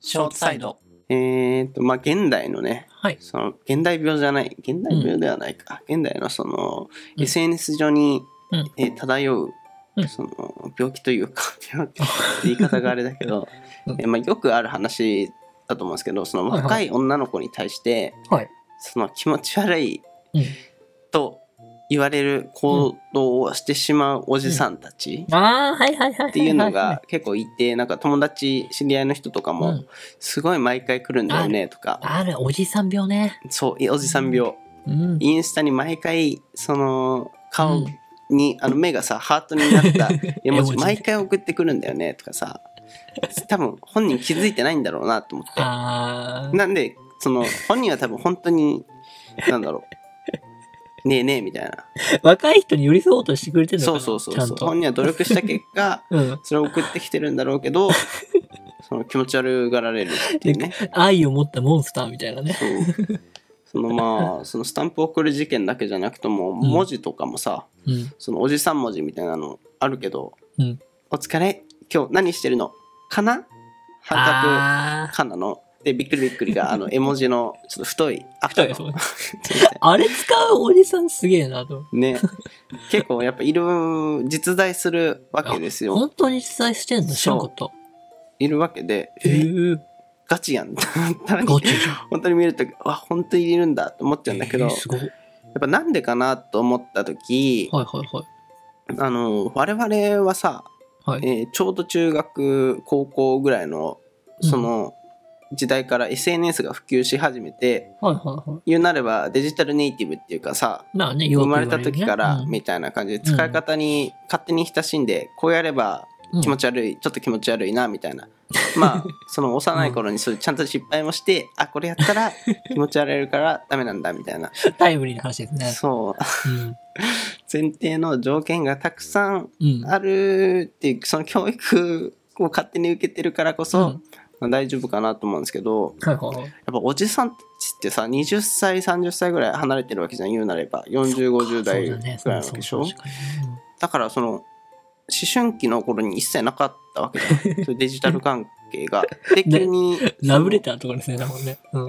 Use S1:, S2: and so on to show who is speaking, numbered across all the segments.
S1: ショートサイド。
S2: えーっと、まあ、現代のね、
S1: はい。
S2: その、現代病じゃない、現代病ではないか、現代のその、
S1: うん
S2: SNS 上に、
S1: うん
S2: えー漂う
S1: うん、
S2: その、病気というか、 病気言い方があれだけど、
S1: うん
S2: えーまあ、よくある話だと思うんですけど、その、
S1: はいはい
S2: 若い女の子に対して、
S1: はい。
S2: その、気持ち悪い
S1: うん。
S2: と言われる行動をしてしまうおじさんたち
S1: ああ、はいはいはいはい。
S2: っていうのが結構いて、なんか友達、知り合いの人とか
S1: う
S2: も
S1: ん、
S2: すごい毎回来るんだよねとか、
S1: ある、おじさん病ね。
S2: そういおじさん病
S1: うん。
S2: インスタに毎回その
S1: う
S2: 顔
S1: ん
S2: に、あの目がさハートにな った絵文
S1: 絵文字
S2: 字
S1: ね
S2: 毎回送ってくるんだよねとかさ多分本人気づいてないんだろうなと思って
S1: あー
S2: なんでその本人は多分本当になんだろう ねえねえみたいな
S1: 若い人に寄り添おうとしてくれてるのか
S2: そう
S1: な
S2: そうそう
S1: ちゃ
S2: そ
S1: ん
S2: う本
S1: と。
S2: 人は努力した結果
S1: うん。
S2: それを送ってきてるんだろうけ どその気持ち悪がられるっていうね
S1: 愛を持ったモンスターみたいなね。
S2: そうそのまあそのスタンプ送る事件だけじゃなくても文字とかもさ、
S1: うん。
S2: そのおじさん文字みたいなのあるけど「
S1: うん
S2: お疲れ今日何してるのかな?」半
S1: あ
S2: 角かなのでびっくりびっくりが あの絵文字のちょっと太い
S1: あ。
S2: 赤の
S1: あれ使うおじさんすげえなと。
S2: ね結構やっぱいる実在するわけですよ
S1: 本当に実在してんの知らんかった。
S2: いるわけで「え
S1: えー、
S2: ガチやん」
S1: ガチじゃん。
S2: 本当に見ると「あ本当にいるんだ」と思っちゃうんだけど、
S1: えー
S2: や
S1: すごい。はい
S2: っぱなんでかなと思った時
S1: はいはい。
S2: あの我々はさ、
S1: はい
S2: えーちょうど中学高校ぐらいのその時代から SNS が普及し始めて、
S1: はいはいは
S2: 言うなればデジタルネイティブっていうかさ
S1: い。まあね、よく
S2: 生
S1: 言
S2: ま
S1: わ
S2: れ
S1: るね
S2: た時から
S1: うん
S2: みたいな感じで使い方に勝手に親しんでこうやれば気持ち悪いちょっと気持ち悪いなみたいな まあその幼い頃にそういうちゃんと失敗もしてあこれやった ら気持ち悪いからダメなんだみたいな
S1: うんタイムリーな話ですね。
S2: そう
S1: うん。
S2: 前提の条件がたくさん
S1: うん。
S2: あるっていうその教育を勝手に受けてるからこ
S1: うん
S2: そ、まあ大丈夫かなと思うんですけど
S1: はいはいはい。
S2: やっぱおじさんたちってさ20歳30歳ぐらい離れてるわけじゃん言うなれば4050代
S1: そう
S2: ぐ
S1: だね
S2: らいなわけでしょ
S1: そうそう確かにうん
S2: だからその思春期の頃に一切なかったわけ じゃんそういうデジタル関係が。で急に、
S1: ラブレターとかですね、だもんね。うん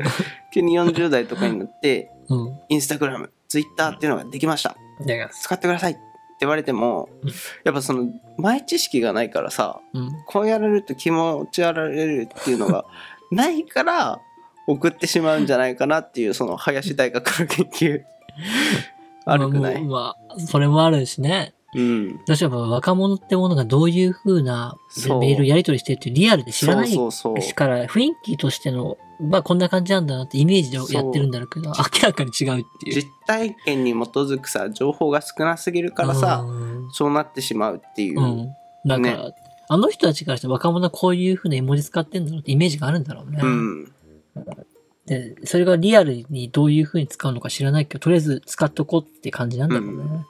S2: 急に40代とかになって
S1: うん。
S2: インスタグラムツイッターっていうのができました
S1: いただきます。
S2: 使ってくださいって言われても
S1: うん
S2: やっぱその前知識がないからさ
S1: うん。
S2: こうやられると気持ち悪られるっていうの がないから送ってしまうんじゃないかなっていうその林大学の研究悪くない、
S1: まあ、まあそれもあるしね。
S2: うん、
S1: どうしても若者ってものがどういう風な
S2: そう
S1: メールやり取りしてるってリアルで知らない
S2: そうそうそう
S1: から雰囲気としての、まあこんな感じなんだなってイメージでやってるんだろうけど、明らかに違うっていう。
S2: 実体験に基づくさ情報が少なすぎるからさ
S1: うん
S2: そうなってしまうっていう、
S1: うん。だから、あの人たちからして若者はこういう風な絵文字使ってんだろうってイメージがあるんだろうね。
S2: うん
S1: で、それがリアルにどういう風に使うのか知らないけど、とりあえず使っとこうって感じなんだろうね。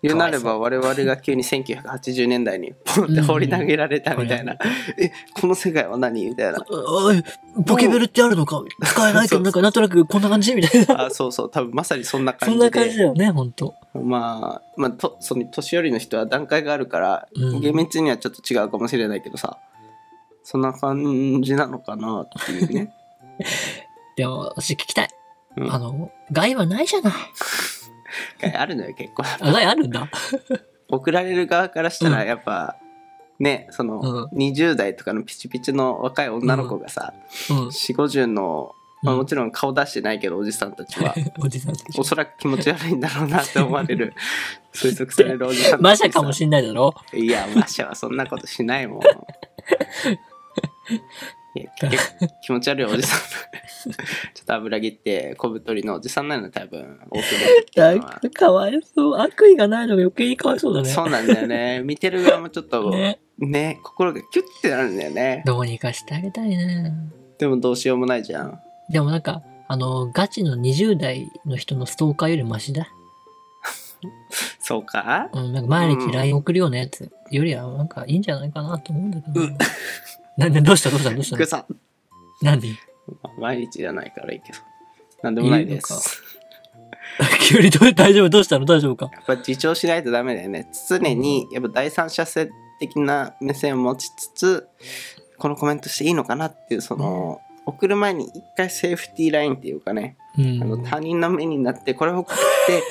S2: 言うなれ
S1: かわい
S2: ば我々が急に1980年代にポンって放り投げられたみたいな「えこの世界は何?」み たいな
S1: おい、ポケベルってあるのか使えないけど、なんかなんとなくこんな感じみたいな。
S2: あそうそう多分まさにそんな感
S1: そ
S2: じ
S1: ん
S2: で
S1: な感じだよね、ほんと。
S2: まあ、まあ、とその年寄りの人は段階があるから、
S1: うん
S2: 厳密にはちょっと違うかもしれないけどさそんな感じなのかなっていう ね
S1: でも、私聞きたい。
S2: うん
S1: あの、害はないじゃない。
S2: あるのよ結構
S1: あ、害あるんだ。
S2: 送られる側からした
S1: う
S2: らやっぱ、ねその、20代とかのピチピチの若い女の子がさ、
S1: うん。
S2: 4 5 0の、まあ、もちろん顔出してないけどおじさんた ちは
S1: おじさんたち
S2: おそらく気持ち悪いんだろうなって思われ る推測されるおじさんたち
S1: マシャかもしんないだろ。
S2: いや、マシャはそんなことしないもん。いや気気持ち悪いおじさん。 ちょっと油切って小太りのおじさんなの多分、大き な
S1: だかかわいそう。悪意がないのが余計にかわいそうだね。
S2: そうなんだよね。見てる側もちょっとね
S1: ね。
S2: 心がキュッてなるんだよね。
S1: どうにかしてあげたいね。
S2: でもどうしようもないじゃん。
S1: でもなんか、あの、ガチの20代の人のストーカーよりマシだ。
S2: そうか
S1: うん、なんか毎日 LINE 送るようなやつよりは、なんかいいんじゃないかなと思うんだけどな。なんで、どうしたどうしたどうし
S2: く
S1: た
S2: さ
S1: なんで
S2: 毎日じゃないからいいけど。なんでもないで
S1: いいのか
S2: す。
S1: 急にどう大丈夫どうしたの大丈夫か
S2: やっぱ自重しないとダメだよね。常にやっぱ第三者性的な目線を持ちつつこのコメントしていいのかなっていうその、送る前に一回セーフティーラインっていうかね、
S1: うん
S2: あの他人の目になってこれを送 って、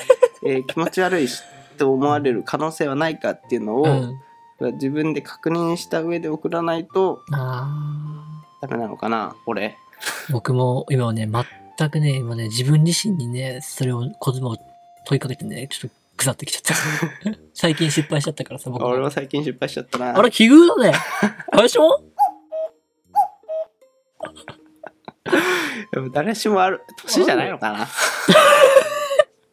S2: えー気持ち悪いしと思われる可能性はないかっていうのを、
S1: うん
S2: 自分で確認した上で送らないと
S1: あ
S2: ダメなのかな俺
S1: ー僕も今ね、全くね、今ね、自分自身にね、それを、子供を問いかけてね、ちょっと腐ってきちゃった。 最近失敗しちゃったからさ、僕も
S2: 俺は最近失敗しちゃったな
S1: あれ、奇遇だね。あれでしょ
S2: でも誰しもある年じゃないのかな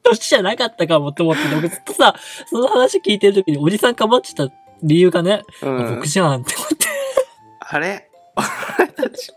S1: 年じゃなかったかもって思って、僕ずっとさ、その話聞いてる時におじさんかばってた理由がね、
S2: う
S1: あ
S2: ん
S1: 僕じゃんって思って。
S2: あれ 俺たち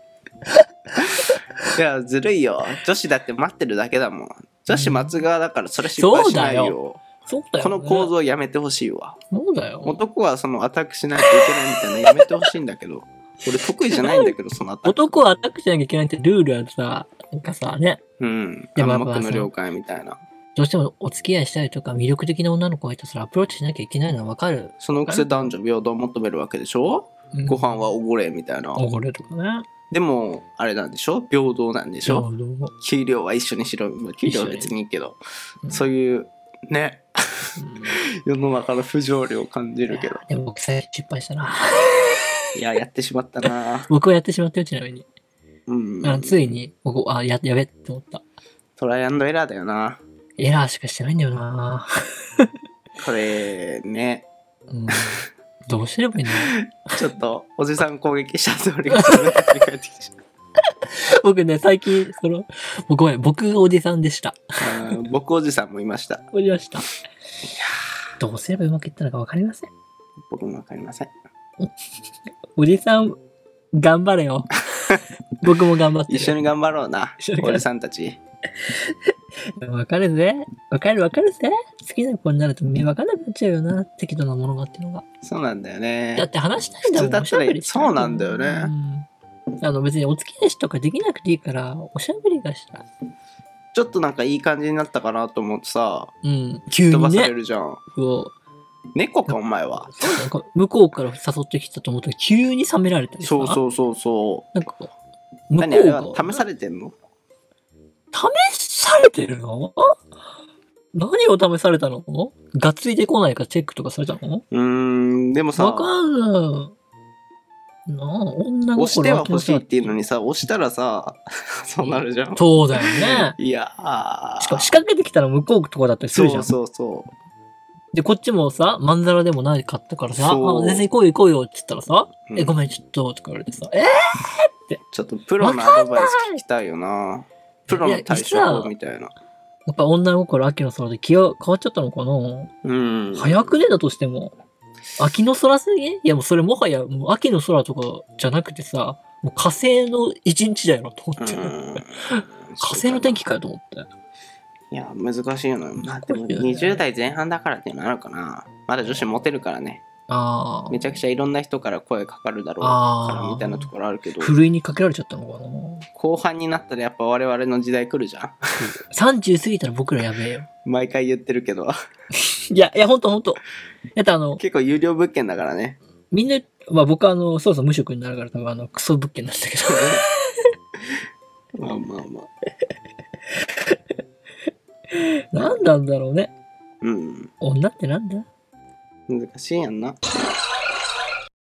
S2: いやずるいよ女子だって待ってるだけだもん女子待つ側だからそれ失敗しないよ,、
S1: そうだそうだよ、ね。
S2: この構。造やめてほしいわ
S1: そうだよ。
S2: 男はそのアタックしないといけないみたいなのやめてほしいんだけど俺得意じゃないんだけどそのアタック
S1: 男をアタックしなきゃいけないってルールはさ、なんかさ、ね、
S2: うん
S1: でもや
S2: 暗
S1: っぱ
S2: 黙の了解みたいな
S1: どうしてもお付き合いしたりとか魅力的な女の子がいたらそれアプローチしなきゃいけないのはわかる。
S2: そのくせ男女平等を求めるわけでしょご飯はおごれみたいな
S1: おごるとかね。
S2: でもあれなんでしょ平等なんでしょ
S1: そうそう
S2: 給料は一緒にしろまあ給料は別にいいけど
S1: うん
S2: そういうね
S1: うん
S2: 世の中の不条理を感じるけど
S1: でも僕最近失敗したな。
S2: いややってしまったな
S1: 僕はやってしまったよ、ちなみに。
S2: うん
S1: あのついに、僕、あ、や、やべって思った。
S2: トライアンドエラーだよな
S1: エラーしかしてないんだよな。
S2: これね
S1: うん、どうすればいいの
S2: ちょっとおじさん攻撃したつもりが振 り返ってきちゃっ
S1: 僕ね、最近、その、ごめん、僕おじさんでした。
S2: たうん僕おじさんもいました
S1: おじました。どうすればうまくいったのかわかりません。
S2: 僕もわかりません
S1: おじさん、頑張 れよ。僕も頑張って
S2: 一緒
S1: る。
S2: に頑張ろうな
S1: 一緒に
S2: お
S1: 頑張ろう
S2: じさんたち
S1: わかるぜ。わかるわかるぜ。好きな子になると目わかんなくなっちゃうよな。適度なものがっていうのが。
S2: そうなんだよ
S1: だっ
S2: ね
S1: て話したいんだもん。
S2: 普通だったら
S1: おしゃべりしたいも
S2: そうなんだよね。
S1: うんあの別にお付き合いしとかできなくていいから、おしゃべりがしたい。
S2: ちょっとなんかいい感じになったかなと思ってさ
S1: うん。急
S2: 飛
S1: に
S2: ばされ
S1: ね。
S2: るじゃん
S1: そう
S2: 猫かお前は
S1: そうだよこう向こうから誘ってきたと思ったら急に冷められたりさ
S2: そうそうそうそ
S1: なんかこう
S2: う
S1: 向こ
S2: 何あれ
S1: う
S2: は
S1: が
S2: 試されてんの
S1: 試されてるの何を試されたのがっついてこないかチェックとかされたの
S2: うーんでもさ
S1: わかんない。なあ、女
S2: 押して
S1: 心
S2: は欲しいっていうの
S1: に。
S2: にさ押したらさそうなるじゃん
S1: そうだよね。
S2: いやー
S1: しかも仕掛けてきたら向こうとかだったりするじゃ
S2: そ
S1: ん。
S2: うそうそう
S1: で、こっちもさ、まんざらでもないかったからさ、
S2: そう
S1: あ全然行こうよ行こうよって言ったらさ、
S2: うん
S1: え、ごめん、ちょっと、とか言われてさ、え
S2: ちょっとプロのアドバイス聞きたいよなプロの対
S1: いや実
S2: 処
S1: は
S2: 法みたいな
S1: やっぱ女心秋の空で気が変わっちゃったのかな
S2: うん
S1: 早くねだとしても。秋の空すぎいやもうそれもはやもう秋の空とかじゃなくてさ、もう火星の一日だよなと思
S2: う
S1: って。
S2: ん
S1: 火星の天気かよと思って。
S2: いや難しいのよまあでも
S1: 難しいよね
S2: 20代前半だからっていうのあるかなまだ女子モテるからね
S1: ああ
S2: め。ちゃくちゃいろんな人から声かかるだろうから
S1: あー
S2: みたいなところあるけど
S1: ふるいにかけられちゃったのかな
S2: 後半になったらやっぱ我々の時代来るじゃん
S1: ?30 過ぎたら僕らやべ えよ。
S2: 毎回言ってるけど
S1: いや、いや、ほんとほんと。だってあの、
S2: 結構有料物件だからね
S1: みんな、まあ僕はあの、そろそろ無職になるから多分あの、クソ物件なんだけど。
S2: まあまあまあ
S1: 何なんだろうね。
S2: うん
S1: 女ってなんだ
S2: 難しいやんな